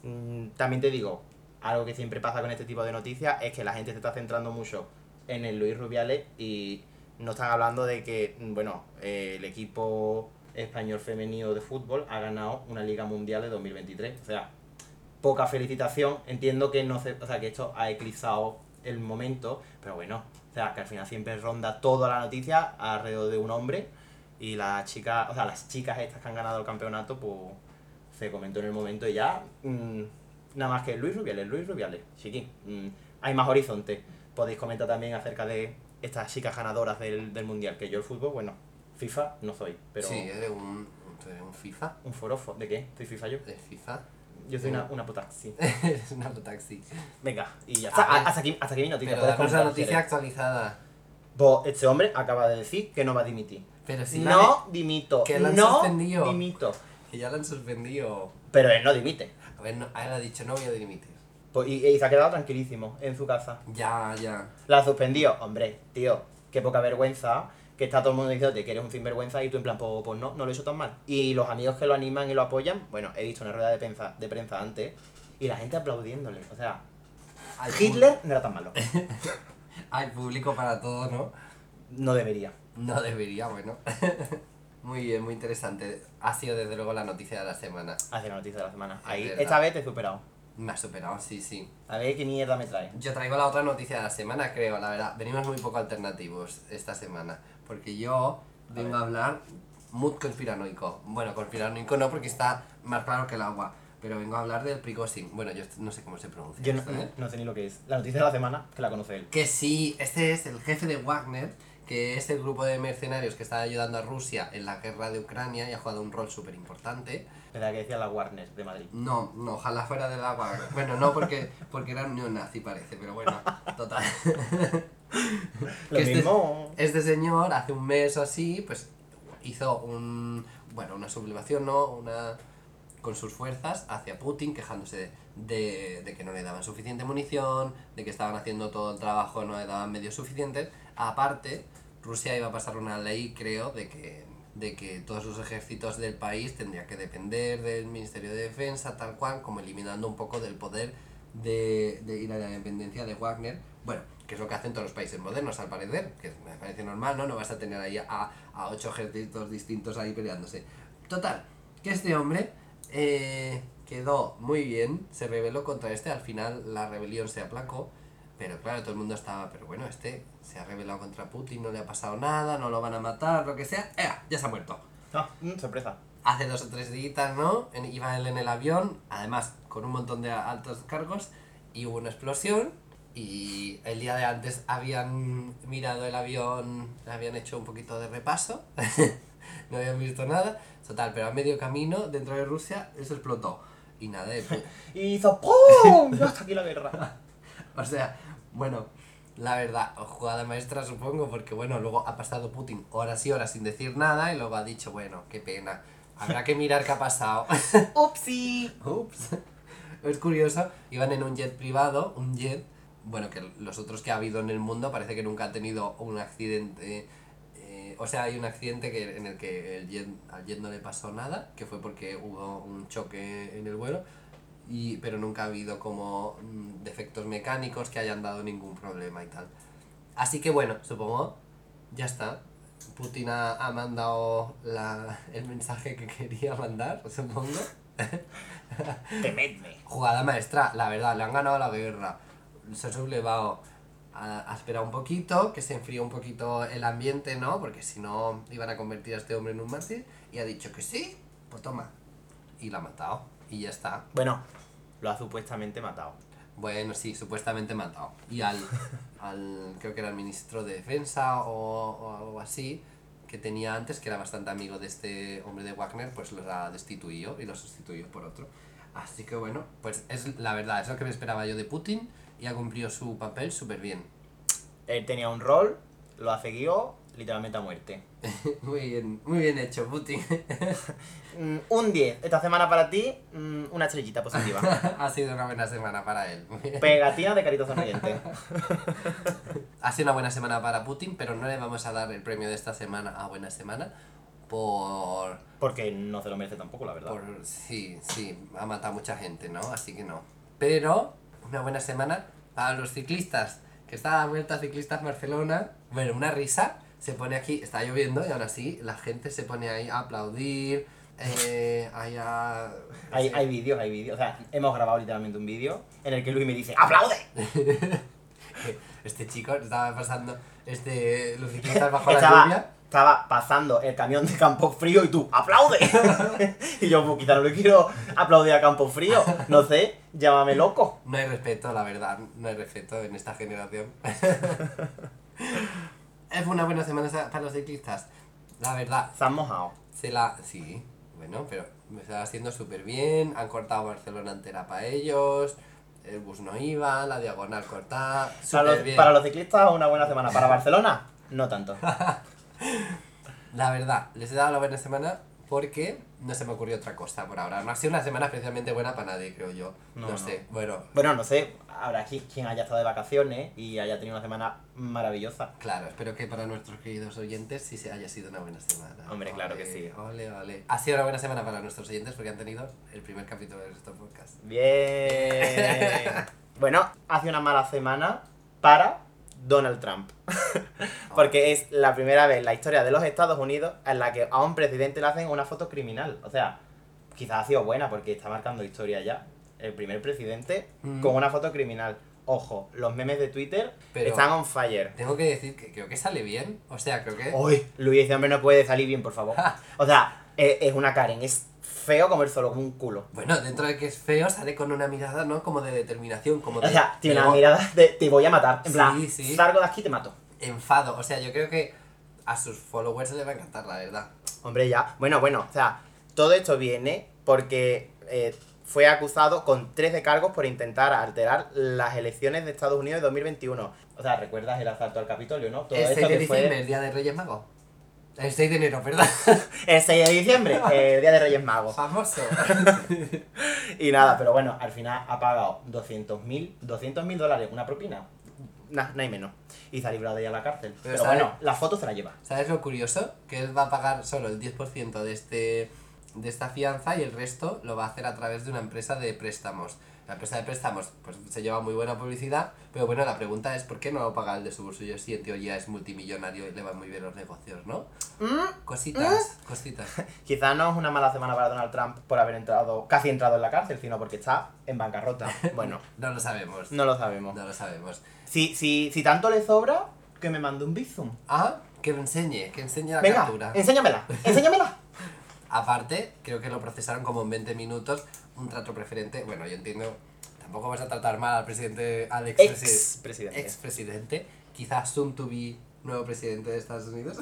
S2: Mm, mm, también te digo, algo que siempre pasa con este tipo de noticias es que la gente se está centrando mucho en el Luis Rubiales y no están hablando de que, mm, bueno, eh, el equipo español femenino de fútbol ha ganado una Liga Mundial de 2023. O sea, poca felicitación. Entiendo que no se, o sea, que esto ha eclipsado el momento, pero bueno, o sea, que al final siempre ronda toda la noticia alrededor de un hombre y la chica, o sea, las chicas estas que han ganado el campeonato, pues se comentó en el momento y ya mm, nada más que Luis Rubiales, Luis Rubiales, chiqui, mm, hay más horizonte. Podéis comentar también acerca de estas chicas ganadoras del, del mundial, que yo el fútbol, bueno, FIFA no soy, pero
S1: Sí, eres un, eres un FIFA.
S2: un forofo, ¿de qué? ¿Soy FIFA yo?
S1: De FIFA.
S2: Yo soy una, una puta, sí.
S1: eres un autotaxi.
S2: Venga, y ya está.
S1: A ver.
S2: hasta, aquí, hasta aquí mi noticia.
S1: Pero damos
S2: puedes
S1: la
S2: comentar si
S1: noticia
S2: quieres.
S1: actualizada.
S2: Pues este hombre acaba de decir que no va a dimitir.
S1: Pero si la
S2: no dimito.
S1: que la han
S2: no
S1: suspendido.
S2: dimito.
S1: de- Que ya la han suspendido.
S2: Pero él no dimite.
S1: A ver, no, a él ha dicho, no voy a dimitir.
S2: Pues, y, y se ha quedado tranquilísimo en su casa.
S1: Ya, ya.
S2: La suspendió. Hombre, tío, qué poca vergüenza. Que está todo el mundo diciendo que eres un sinvergüenza y tú en plan, pues, pues no, no lo he hecho tan mal. Y los amigos que lo animan y lo apoyan, bueno, he visto una rueda de prensa, de prensa antes y la gente aplaudiéndole. O sea,
S1: Hay pu-
S2: Hitler no era tan malo.
S1: Hay público para todo, ¿no?
S2: No debería.
S1: No debería, bueno. muy bien, muy interesante. Ha sido desde luego la noticia de la semana.
S2: Hace la noticia de la semana. Ahí,
S1: verdad.
S2: esta vez te he superado.
S1: Me ha superado, sí, sí.
S2: A ver qué mierda me trae.
S1: Yo traigo la otra noticia de la semana, creo, la verdad. Venimos muy poco alternativos esta semana. Porque yo vengo a hablar mood conspiranoico. Bueno, conspiranoico no, porque está más claro que el agua. Pero vengo a hablar del Prigozhin. Bueno, yo no sé cómo se pronuncia.
S2: Yo no,
S1: esto, ¿eh?
S2: no sé ni lo que es. La noticia de la semana, que la conoce él.
S1: Que sí, este es el jefe de Wagner, que es el grupo de mercenarios que está ayudando a Rusia en la guerra de Ucrania y ha jugado un rol súper importante.
S2: Era que decía la Warner de Madrid.
S1: No, no, ojalá fuera del agua. Bueno, no, porque, porque era neonazi parece, pero bueno, total.
S2: Lo
S1: Que este-
S2: mismo.
S1: Este señor hace un mes o así, pues hizo un, bueno, una sublevación, ¿no? Una con sus fuerzas hacia Putin, quejándose de, de que no le daban suficiente munición, de que estaban haciendo todo el trabajo, no le daban medios suficientes. Aparte, Rusia iba a pasar una ley, creo, de que, de que todos los ejércitos del país tendrían que depender del Ministerio de Defensa, tal cual, como eliminando un poco del poder de, de, y la dependencia de Wagner. Bueno, que es lo que hacen todos los países modernos, al parecer, que me parece normal, ¿no? No vas a tener ahí a, a ocho ejércitos distintos ahí peleándose. Total, que este hombre eh, quedó muy bien, se rebeló contra este, al final la rebelión se aplacó, pero claro, todo el mundo estaba, pero bueno, este se ha rebelado contra Putin, no le ha pasado nada, no lo van a matar, lo que sea, ¡Ea! ya se ha muerto.
S2: Ah, mm, sorpresa.
S1: Hace dos o tres días, ¿no? En- iba él en el avión, además con un montón de a- altos cargos, y hubo una explosión. Y el día de antes habían mirado el avión, habían hecho un poquito de repaso, no habían visto nada. Total, pero a medio camino, dentro de Rusia, eso explotó. Y nada, de pu-
S2: Y hizo ¡Pum! Y Hasta aquí la guerra.
S1: O sea, bueno, la verdad, jugada maestra supongo, porque bueno, luego ha pasado Putin horas y horas sin decir nada y luego ha dicho, bueno, qué pena, habrá que mirar qué ha pasado.
S2: ¡Upsi!
S1: Ups. Es curioso, iban en un jet privado, un jet, bueno, que los otros que ha habido en el mundo parece que nunca ha tenido un accidente. eh, o sea, hay un accidente que, en el que el jet, al jet no le pasó nada, que fue porque hubo un choque en el vuelo, y, pero nunca ha habido como mm, defectos mecánicos que hayan dado ningún problema y tal. Así que bueno, supongo, ya está. Putin ha, ha mandado la- el mensaje que quería mandar, supongo.
S2: ¡Temedme!
S1: Jugada maestra, la verdad, le han ganado la guerra. Se ha sublevado. Ha, ha esperado un poquito, que se enfríe un poquito el ambiente, ¿no? Porque si no, iban a convertir a este hombre en un mártir. Y ha dicho que sí, pues toma. Y la ha matado. Y ya está.
S2: Bueno, lo ha supuestamente matado.
S1: Bueno, sí, supuestamente matado. Y al, al creo que era el ministro de Defensa o, o algo así, que tenía antes, que era bastante amigo de este hombre de Wagner, pues los ha destituido y los sustituyó por otro. Así que bueno, pues es la verdad, es lo que me esperaba yo de Putin y ha cumplido su papel súper bien.
S2: Él tenía un rol, lo ha seguido, literalmente a muerte.
S1: Muy bien, muy bien hecho, Putin.
S2: Mm, un 10. Esta semana para ti, mm, una estrellita positiva.
S1: ha sido una buena semana para él. Muy bien.
S2: Pegatina de carita sonriente.
S1: Ha sido una buena semana para Putin, pero no le vamos a dar el premio de esta semana a buena semana, por,
S2: Porque no se lo merece tampoco, la verdad.
S1: por... Sí, sí, ha matado mucha gente, ¿no? Así que no. Pero una buena semana para los ciclistas, que está a la Vuelta Ciclistas Barcelona. Bueno, una risa. Se pone aquí, está lloviendo y aún así la gente se pone ahí a aplaudir, eh, ahí a...
S2: Hay, hay vídeos, hay vídeos. O sea, hemos grabado literalmente un vídeo en el que Luis me dice ¡Aplaude!
S1: Este chico estaba pasando, este, los ciclistas bajo la lluvia.
S2: Estaba, estaba pasando el camión de Campo Frío y tú ¡Aplaude! y yo, pues quizá no le quiero aplaudir a Campo Frío. No sé, llámame loco.
S1: No hay respeto, la verdad, no hay respeto en esta generación. es una buena semana esa- para los ciclistas. La verdad,
S2: Se han mojado.
S1: se la. Sí, bueno, pero me está haciendo súper bien. Han cortado Barcelona entera para ellos. El bus no iba, la diagonal cortada.
S2: Para
S1: Súper
S2: los,
S1: bien.
S2: para los ciclistas, una buena semana. Para Barcelona, no tanto.
S1: La verdad, les he dado la buena semana porque no se me ocurrió otra cosa por ahora. No ha sido una semana especialmente buena para nadie, creo yo.
S2: No,
S1: no
S2: no.
S1: sé. Bueno,
S2: Bueno, no sé, habrá qui- quien haya estado de vacaciones y haya tenido una semana maravillosa.
S1: Claro, espero que para nuestros queridos oyentes sí se haya sido una buena semana.
S2: Hombre, claro que
S1: Ole,
S2: sí.
S1: Ole, ole. Ha sido una buena semana para nuestros oyentes porque han tenido el primer capítulo de nuestro podcast.
S2: Bien. bueno, hace una mala semana para Donald Trump. Porque es la primera vez en la historia de los Estados Unidos en la que a un presidente le hacen una foto criminal. O sea, quizás ha sido buena porque está marcando historia ya. El primer presidente
S1: Mm.
S2: con una foto criminal. Ojo, los memes de Twitter
S1: Pero-
S2: están on fire.
S1: Tengo que decir que creo que sale bien. O sea, creo que.
S2: Uy, Luis, ese hombre no puede salir bien, por favor. O sea, e, es, es una Karen, es feo comer solo con un culo.
S1: Bueno, dentro de que es feo, sale con una mirada, ¿no? Como de determinación, como
S2: O
S1: de.
S2: sea, tiene
S1: de
S2: una
S1: go-
S2: mirada de te voy a matar. En
S1: Sí,
S2: plan,
S1: sí.
S2: salgo de aquí y te mato.
S1: Enfado. O sea, yo creo que a sus followers les va a encantar, la verdad.
S2: Hombre, ya. Bueno, bueno, o sea, todo esto viene porque eh, fue acusado con 13 cargos por intentar alterar las elecciones de Estados Unidos de 2021. O sea, ¿recuerdas el asalto al Capitolio, no? Todo
S1: el 6
S2: esto
S1: de
S2: que fue
S1: diciembre, el día de Reyes Magos. El 6 de enero, perdón.
S2: el 6 de diciembre, eh, el Día de Reyes Magos.
S1: Famoso.
S2: Y nada, pero bueno, al final ha pagado 200 mil dólares, una propina. Nah, no hay menos. Y se ha librado de ella a la cárcel. Pero,
S1: Pero sabe-
S2: bueno, la foto se la lleva.
S1: ¿Sabes lo curioso? Que él va a pagar solo el 10% de, este, de esta fianza y el resto lo va a hacer a través de una empresa de préstamos. La empresa de préstamos pues se lleva muy buena publicidad, pero bueno, la pregunta es ¿por qué no lo paga el de su bolsillo si en teoría es multimillonario y le van muy bien los negocios, ¿no? ¿Mm?
S2: ¿Eh?
S1: Cositas, cositas.
S2: Quizás no es una mala semana para Donald Trump por haber entrado, casi entrado en la cárcel, sino porque está en bancarrota. Bueno,
S1: No lo sabemos.
S2: no lo sabemos.
S1: No lo sabemos.
S2: Si, si, si tanto le sobra, que me mande un bizum.
S1: Ah, que lo enseñe, que enseñe la
S2: Venga,
S1: captura.
S2: enséñamela, enséñamela.
S1: Aparte, creo que lo procesaron como en 20 minutos, un trato preferente. Bueno, yo entiendo, tampoco vas a tratar mal al presidente, al expresidente.
S2: Ex presidente.
S1: expresidente, quizás soon to be nuevo presidente de Estados Unidos.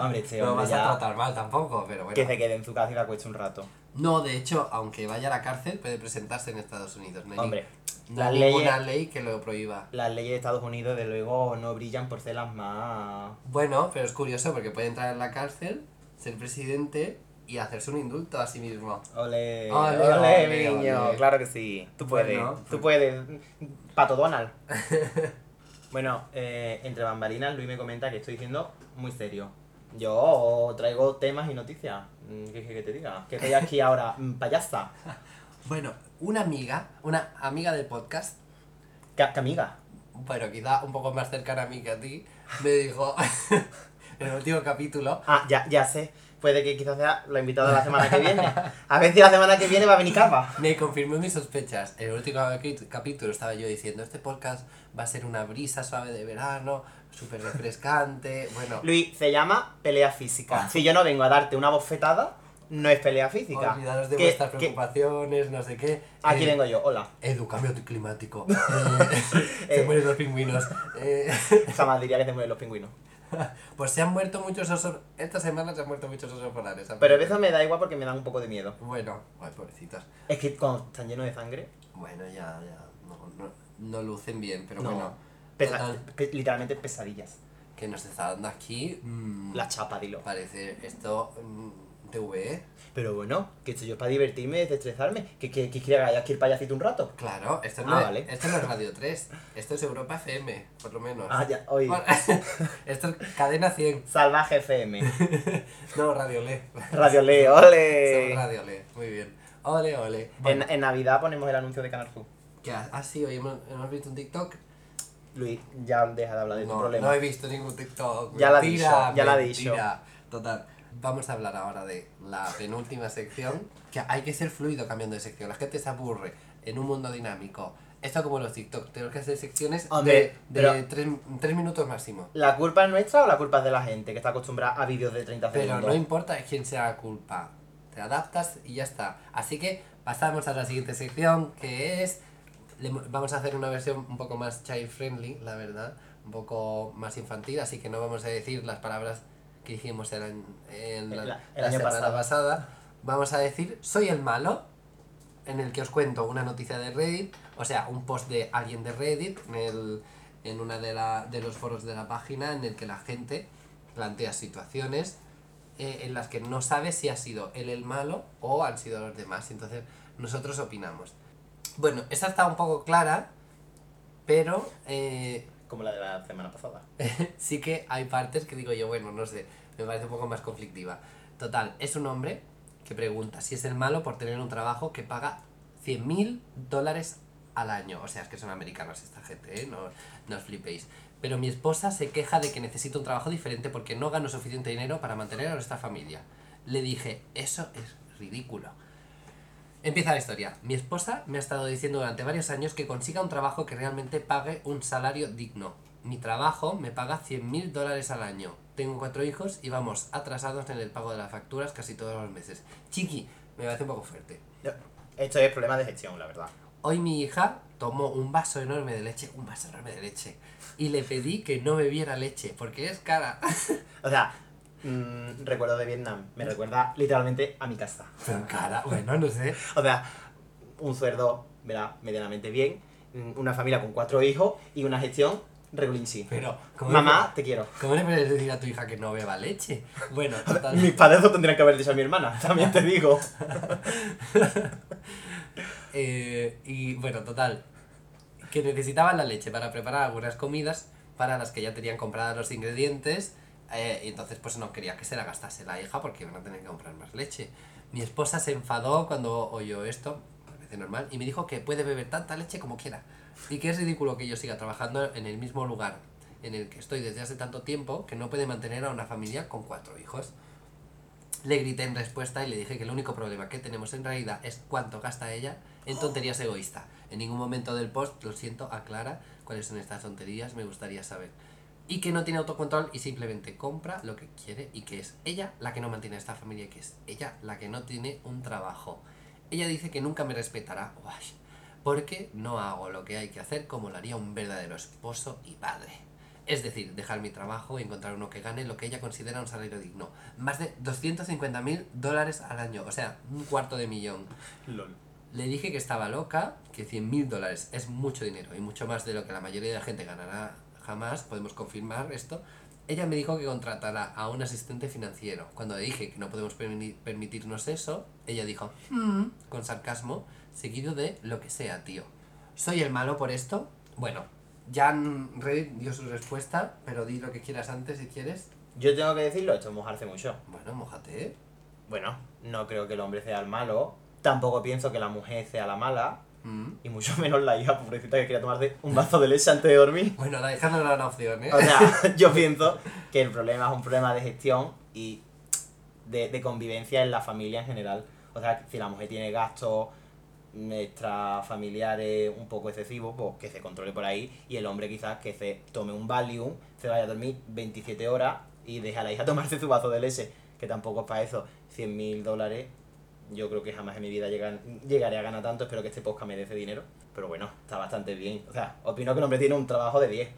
S2: Hombre, este
S1: no
S2: hombre
S1: vas a
S2: ya
S1: tratar mal tampoco, pero
S2: que
S1: bueno.
S2: se quede en su casa y la cueste un rato.
S1: No, de hecho, aunque vaya a la cárcel, puede presentarse en Estados Unidos. No hay, ni-
S2: Hombre,
S1: no
S2: las
S1: hay
S2: leyes-
S1: ninguna ley que lo prohíba.
S2: las leyes de Estados Unidos, de luego, no brillan por ser las más.
S1: Bueno, pero es curioso porque puede entrar en la cárcel, ser presidente y hacerse un indulto a sí mismo.
S2: Ole,
S1: Ole,
S2: ole,
S1: ole,
S2: niño,
S1: ole.
S2: claro que sí. Tú puedes,
S1: Bueno,
S2: tú
S1: pues-
S2: puedes. Pato Donald. bueno, eh, entre bambalinas, Luis me comenta que estoy diciendo muy serio. Yo traigo temas y noticias. Mm, ¿Qué quieres que te diga? Que estoy aquí ahora, mm, payasa.
S1: Bueno, una amiga, una amiga del podcast,
S2: Ca- Camiga.
S1: bueno, quizá un poco más cercana a mí que a ti, me dijo en el último capítulo
S2: Ah, ya, ya sé. Puede que quizás sea la invitada de la semana que viene. A ver si la semana que viene va a venir capa.
S1: Me confirmó mis sospechas. En el último capi- capítulo estaba yo diciendo, este podcast va a ser una brisa suave de verano, súper refrescante. Bueno,
S2: Luis, se llama pelea física. Si yo no vengo a darte una bofetada, no es pelea física.
S1: olvidaros de
S2: Que-
S1: vuestras
S2: que-
S1: preocupaciones, no sé qué.
S2: Aquí
S1: Eh,
S2: vengo yo, hola.
S1: Edu, cambio climático. Eh,
S2: Eh.
S1: se mueren los pingüinos. Eh,
S2: Jamás diría que te mueren los pingüinos.
S1: pues se han muerto muchos osos. Esta semana se han muerto muchos osos polares.
S2: Pero eso me da igual porque me dan un poco de miedo.
S1: Bueno, ay, pobrecitos.
S2: Es que cuando están llenos de sangre,
S1: Bueno, ya, ya. No, no- no lucen bien, pero
S2: No.
S1: bueno.
S2: pesa-
S1: Total.
S2: pe- literalmente pesadillas.
S1: Que nos está dando aquí. mm,
S2: La chapa, dilo.
S1: Parece esto mm, TV.
S2: Pero bueno, que esto yo es para divertirme, desestresarme. Que, que, que quiera que haya que ir payasito un rato.
S1: Claro, esto no,
S2: Ah,
S1: es,
S2: vale.
S1: esto no es Radio 3, esto es Europa FM, por lo menos.
S2: Ah, ya, oye.
S1: Bueno, esto es Cadena 100,
S2: Salvaje FM.
S1: no Radio Le.
S2: Radio Le,
S1: Somos
S2: ole.
S1: Radio Le, muy bien. Ole, ole.
S2: En,
S1: Bueno,
S2: en Navidad ponemos el anuncio de Canal Sur.
S1: ¿qué ha- ah, sí, hoy hemos, hemos visto un TikTok.
S2: Luis, ya deja de hablar de tu
S1: No,
S2: problema.
S1: no he visto ningún TikTok.
S2: Ya la ha
S1: Mentira,
S2: dicho, ya la ha
S1: mentira. Total. Vamos a hablar ahora de la penúltima sección, que hay que ser fluido cambiando de sección. La gente se aburre en un mundo dinámico. Esto como los TikTok, tenemos que hacer secciones
S2: Hombre,
S1: de, de
S2: pero-
S1: tres, tres minutos máximo.
S2: ¿La culpa es nuestra o la culpa es de la gente que está acostumbrada a vídeos de 30
S1: Pero
S2: segundos?
S1: no importa quién sea la culpa. Te adaptas y ya está. Así que pasamos a la siguiente sección que es... le mo- vamos a hacer una versión un poco más child friendly, la verdad. Un poco más infantil, así que no vamos a decir las palabras que dijimos el año- en la,
S2: El- el
S1: la
S2: año
S1: semana
S2: pasado.
S1: pasada. Vamos a decir, soy el malo, en el que os cuento una noticia de Reddit, o sea, un post de alguien de Reddit en, el, en una de, la, de los foros de la página en el que la gente plantea situaciones eh, en las que no sabe si ha sido él el malo o han sido los demás. Entonces, nosotros opinamos. Bueno, esa está un poco clara, pero eh,
S2: Como la de la semana pasada.
S1: sí que hay partes que digo yo, bueno, no sé, me parece un poco más conflictiva. Total, es un hombre que pregunta si es el malo por tener un trabajo que paga 100 mil dólares al año. O sea, es que son americanos esta gente, ¿eh? No, no os flipéis. Pero mi esposa se queja de que necesita un trabajo diferente porque no gano suficiente dinero para mantener a nuestra familia. Le dije, eso es ridículo. Empieza la historia. Mi esposa me ha estado diciendo durante varios años que consiga un trabajo que realmente pague un salario digno. Mi trabajo me paga 100 mil dólares al año. Tengo cuatro hijos y vamos atrasados en el pago de las facturas casi todos los meses. Chiqui, me parece un poco fuerte.
S2: Esto es problema de gestión, la verdad.
S1: Hoy mi hija tomó un vaso enorme de leche, un vaso enorme de leche, y le pedí que no bebiera leche porque es cara.
S2: O sea, mm, recuerdo de Vietnam. Me recuerda literalmente a mi casa.
S1: Pero cara, bueno, no sé.
S2: O sea, un sueldo, verá, medianamente bien. mm, Una familia con cuatro hijos y una gestión regulinchi.
S1: Pero, ¿cómo,
S2: Mamá, te quiero.
S1: Le, ¿cómo le puedes decir a tu hija que no beba leche? Bueno, total.
S2: Mis padres lo tendrían que haber dicho a mi hermana, también te digo.
S1: Eh, y bueno, total. Que necesitaban la leche para preparar algunas comidas para las que ya tenían compradas los ingredientes. eh, y entonces pues no quería que se la gastase la hija porque iban a tener que comprar más leche. Mi esposa se enfadó cuando oyó esto, parece normal, y me dijo que puede beber tanta leche como quiera. Y que es ridículo que yo siga trabajando en el mismo lugar en el que estoy desde hace tanto tiempo que no puede mantener a una familia con cuatro hijos. Le grité en respuesta y le dije que el único problema que tenemos en realidad es cuánto gasta ella en tonterías egoísta. En ningún momento del post, lo siento, aclara cuáles son estas tonterías, me gustaría saber. Y que no tiene autocontrol y simplemente compra lo que quiere y que es ella la que no mantiene a esta familia y que es ella la que no tiene un trabajo. Ella dice que nunca me respetará, guay, porque no hago lo que hay que hacer como lo haría un verdadero esposo y padre. Es decir, dejar mi trabajo y encontrar uno que gane lo que ella considera un salario digno. Más de 250 mil dólares al año, o sea, un cuarto de millón.
S2: Lol.
S1: Le dije que estaba loca, que 100 mil dólares es mucho dinero y mucho más de lo que la mayoría de la gente ganará jamás, podemos confirmar esto. Ella me dijo que contratara a un asistente financiero. Cuando le dije que no podemos permi- permitirnos eso, ella dijo, "Mm", con sarcasmo, seguido de lo que sea, tío. ¿Soy el malo por esto? Bueno, ya mm, Reddit dio su respuesta, pero di lo que quieras antes si quieres.
S2: Yo tengo que decirlo, esto es mojarse mucho.
S1: Bueno, mojate, ¿eh?
S2: Bueno, no creo que el hombre sea el malo. Tampoco pienso que la mujer sea la mala.
S1: Mm.
S2: Y mucho menos la hija pobrecita que quería tomarse un vaso de leche antes de dormir.
S1: Bueno, la hija no era una opción, ¿eh?
S2: O sea, yo pienso que el problema es un problema de gestión y de, de convivencia en la familia en general. O sea, si la mujer tiene gastos extra familiares un poco excesivos, pues que se controle por ahí. Y el hombre quizás que se tome un Valium, se vaya a dormir 27 horas y deja a la hija tomarse su vaso de leche, que tampoco es para eso. 100 mil dólares, yo creo que jamás en mi vida llegan- llegaré a ganar tanto. Espero que este podcast me dé ese dinero. Pero bueno, está bastante bien. O sea, opino que el hombre tiene un trabajo de 10.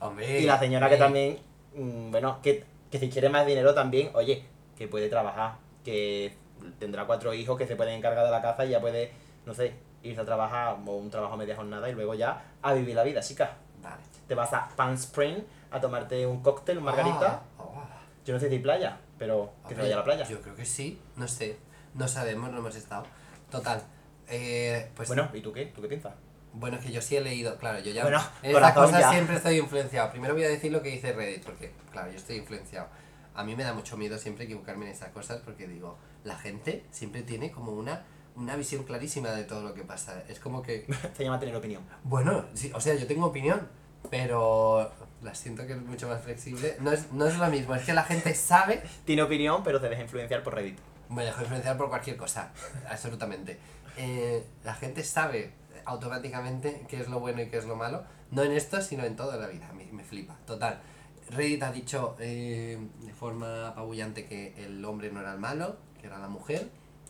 S1: Hombre,
S2: Y la señora que
S1: eh,
S2: también, mm, bueno, que, que si quiere más dinero también, oye, que puede trabajar, que tendrá cuatro hijos que se pueden encargar de la casa y ya puede, no sé, irse a trabajar o un trabajo a media jornada y luego ya a vivir la vida, chica.
S1: Vale.
S2: Te vas a Palm Spring a tomarte un cóctel, un margarita.
S1: Ah, ah.
S2: Yo no sé si hay playa. Pero que se
S1: Hombre,
S2: vaya a la playa.
S1: Yo creo que sí, no sé. No sabemos, no hemos estado. Total. eh, pues
S2: bueno, ¿y tú qué? ¿Tú qué piensas?
S1: Bueno, es que yo sí he leído, claro, yo ya.
S2: Bueno,
S1: en estas
S2: corazón,
S1: cosas
S2: ya.
S1: siempre estoy influenciado. Primero voy a decir lo que dice Reddit, porque, claro, yo estoy influenciado. A mí me da mucho miedo siempre equivocarme en estas cosas, porque digo, la gente siempre tiene como una, una visión clarísima de todo lo que pasa. Es como que.
S2: Se llama tener opinión.
S1: Bueno, sí, o sea, yo tengo opinión, pero la siento que es mucho más flexible. No es, no es lo mismo, es que la gente sabe
S2: Tiene opinión, pero te deja influenciar por Reddit.
S1: me dejo influenciar por cualquier cosa, absolutamente. Eh, la gente sabe automáticamente qué es lo bueno y qué es lo malo, no en esto, sino en toda la vida, me, me flipa, total. Reddit ha dicho eh, de forma apabullante que el hombre no era el malo, que era la mujer,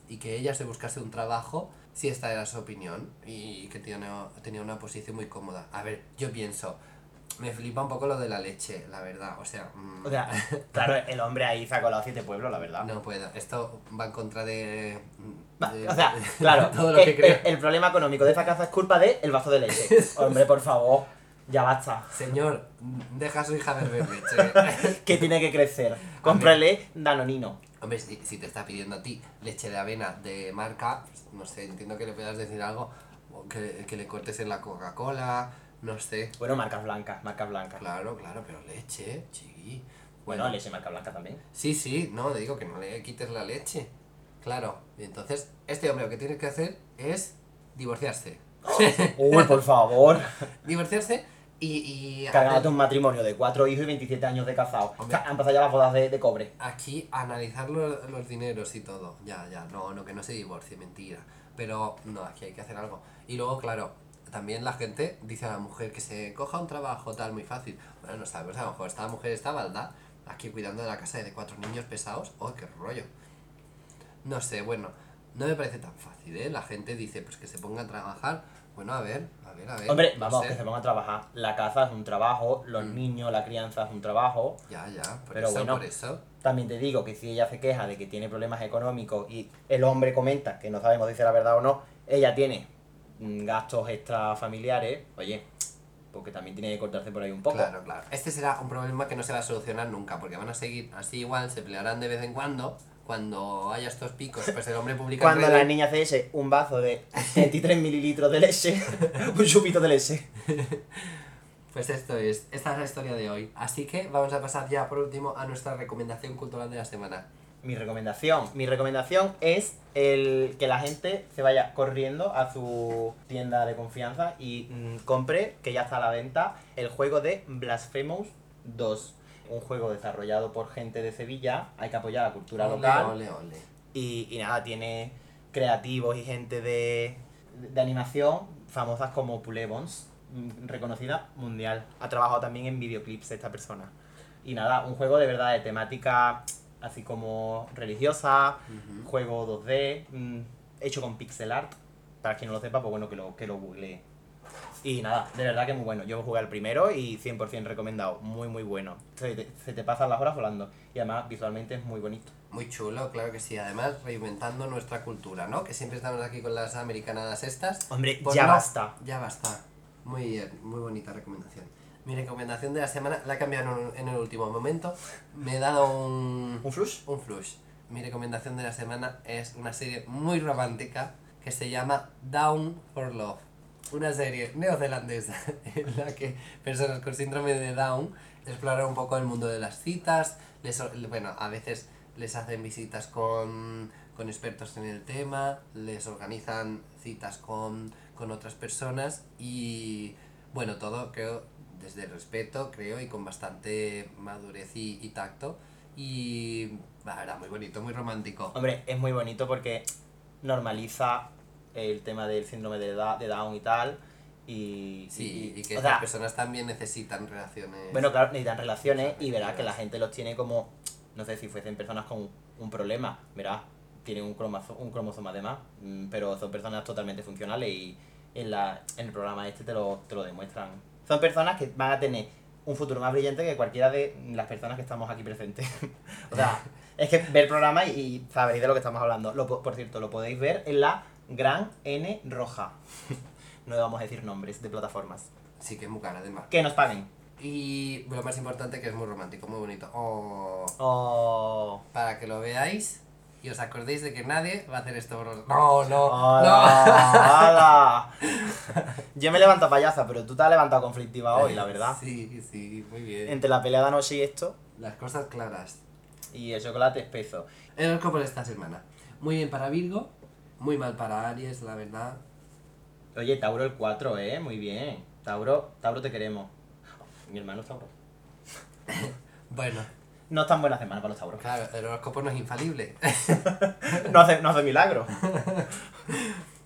S1: y que ella se buscase un trabajo si esta era su opinión, y que tiene- tenía una posición muy cómoda. A ver, yo pienso, me flipa un poco lo de la leche, la verdad, o sea... mm,
S2: O sea, claro, el hombre ahí sacó los siete pueblos, la verdad.
S1: no puedo, esto va en contra de.
S2: Ah. Va,
S1: de-
S2: o sea, claro, Eh,
S1: todo lo que
S2: el,
S1: creo.
S2: el- el problema económico de esa casa es culpa del el vaso de leche. Hombre, por favor, ya basta.
S1: Señor, deja a su hija beber leche.
S2: Que tiene que crecer. Cómprale danonino.
S1: Hombre, si, si te está pidiendo a ti leche de avena de marca, pues, no sé, entiendo que le puedas decir algo, o que, que le cortes en la Coca-Cola, no sé.
S2: Bueno, marcas blancas, marcas blancas.
S1: Claro, claro, pero leche, chiqui.
S2: Bueno, leche marca blanca también.
S1: Sí, sí, no, digo que no le quites la leche. Claro, y entonces, este hombre lo que tiene que hacer es divorciarse.
S2: Uy, por favor.
S1: Divorciarse y. y
S2: Cargándote un matrimonio de cuatro hijos y 27 años de casado. O
S1: Hombre.
S2: sea, han pasado ya las bodas de, de cobre.
S1: aquí analizar lo- los dineros y todo. Ya, ya, no, no, que no se divorcie, mentira. Pero no, aquí hay que hacer algo. Y luego, claro, también la gente dice a la mujer que se coja un trabajo tal muy fácil. Bueno, no sabes, a lo mejor esta mujer está balda aquí cuidando de la casa de cuatro niños pesados. ¡Oh, qué rollo! No sé, bueno, no me parece tan fácil, ¿eh? La gente dice, pues que se ponga a trabajar. Bueno, a ver, a ver, a Mm. ver.
S2: Hombre,
S1: no
S2: vamos,
S1: sé.
S2: que se pongan a trabajar. La caza es un trabajo, los niños, la crianza es un trabajo.
S1: Ya, ya, por
S2: Pero
S1: eso,
S2: bueno.
S1: por eso.
S2: También te digo que si ella se queja de que tiene problemas económicos y el hombre comenta que no sabemos si dice la verdad o no, ella tiene mm, gastos extra familiares, oye, porque también tiene que cortarse por ahí un poco.
S1: Claro, claro. Este será un problema que no se va a solucionar nunca, porque van a seguir así igual, se pelearán de vez en cuando. Cuando haya estos picos, pues el hombre publica. en
S2: Cuando la
S1: Reddit,
S2: niña hace ese, un vaso de 23 mililitros de leche, un chupito de leche.
S1: Pues esto es, esta es la historia de hoy. Así que vamos a pasar ya por último a nuestra recomendación cultural de la semana.
S2: Mi recomendación, mi recomendación es el que la gente se vaya corriendo a su tienda de confianza y mm, compre, que ya está a la venta, el juego de Blasphemous 2. Un juego desarrollado por gente de Sevilla, hay que apoyar la cultura
S1: Ole,
S2: local.
S1: ole, ole.
S2: Y, y nada, tiene creativos y gente de, de animación famosas como Pulebons, mm, reconocida mundial. Ha trabajado también en videoclips esta persona. Y nada, un juego de verdad de temática así como religiosa,
S1: Ujú.
S2: juego 2D, mm, hecho con pixel art. Para quien no lo sepa, pues bueno, que lo, que lo googlee. Y nada, de verdad que muy bueno. Yo jugué al primero y 100% recomendado. Muy, muy bueno. Se te, se te pasan las horas volando. Y además visualmente es muy bonito.
S1: Muy chulo, claro que sí. Además, reinventando nuestra cultura, ¿no? Que siempre estamos aquí con las americanadas estas.
S2: Hombre,
S1: Pues
S2: Eh, ya
S1: no,
S2: basta.
S1: Ya basta. Muy bien, muy bonita recomendación. Mi recomendación de la semana la he cambiado en un- en el último momento. Me he dado un,
S2: ¿Un flush?
S1: un flush. Mi recomendación de la semana es una serie muy romántica que se llama Down for Love. Una serie neozelandesa en la que personas con síndrome de Down exploran un poco el mundo de las citas. Les, bueno, a veces les hacen visitas con, con expertos en el tema, les organizan citas con, con otras personas y bueno, todo creo desde el respeto, creo, y con bastante madurez y- y tacto. Y la verdad, muy bonito, muy romántico.
S2: Hombre, es muy bonito porque normaliza el tema del síndrome de, Da- de Down y tal. Y,
S1: Sí,
S2: y-
S1: y que
S2: o
S1: las
S2: sea,
S1: personas también necesitan relaciones.
S2: bueno, claro, necesitan relaciones y verás que la gente los tiene como, no sé si fuesen personas con un problema, verás, tienen un, cromazo- un cromosoma de más, mm, pero son personas totalmente funcionales y en, la, en el programa este te lo, te lo demuestran. Son personas que van a tener un futuro más brillante que cualquiera de las personas que estamos aquí presentes. o sea, es que ver el programa y, y sabéis de lo que estamos hablando. Lo po- por cierto, lo podéis ver en la Gran N Roja. no vamos a decir nombres de plataformas.
S1: Sí, que es muy cara, además.
S2: Que nos paguen.
S1: Y, Y lo más importante que es muy romántico, muy bonito. Oh,
S2: Oh.
S1: para que lo veáis y os acordéis de que nadie va a hacer esto por vosotros. No, no,
S2: ¡Hala! ¡Hala! Yo me he levantado payasa, pero tú te has levantado conflictiva
S1: no.
S2: hoy, la verdad.
S1: Sí, sí, muy bien.
S2: Entre la pelea de anoche y esto,
S1: Las cosas claras.
S2: y el chocolate espeso.
S1: El horóscopo de esta semana. Muy bien para Virgo, muy mal para Aries, la verdad.
S2: Oye, Tauro el 4, ¿eh? Muy bien. Tauro, Tauro te queremos. Mi hermano es Tauro.
S1: Bueno,
S2: No es tan buena semana para los Tauros.
S1: claro, el horóscopo no es infalible.
S2: No hace, no hace milagro.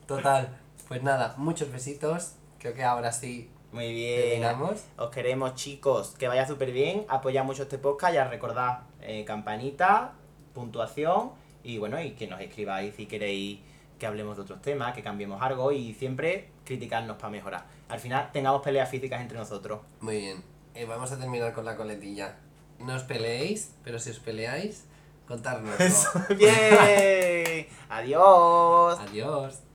S1: Total, pues nada, muchos besitos. Creo que ahora sí
S2: Muy bien.
S1: terminamos.
S2: Os queremos, chicos. Que vaya súper bien. Apoyad mucho este podcast. Ya recordad, eh, campanita, puntuación. Y bueno, y que nos escribáis si queréis que hablemos de otros temas, que cambiemos algo. Y siempre criticarnos para mejorar. Al final, tengamos peleas físicas entre nosotros.
S1: Muy bien. Eh, vamos a terminar con la coletilla. No os peleéis, pero si os peleáis, contárnoslo.
S2: ¡Bien! ¡Adiós!
S1: Adiós.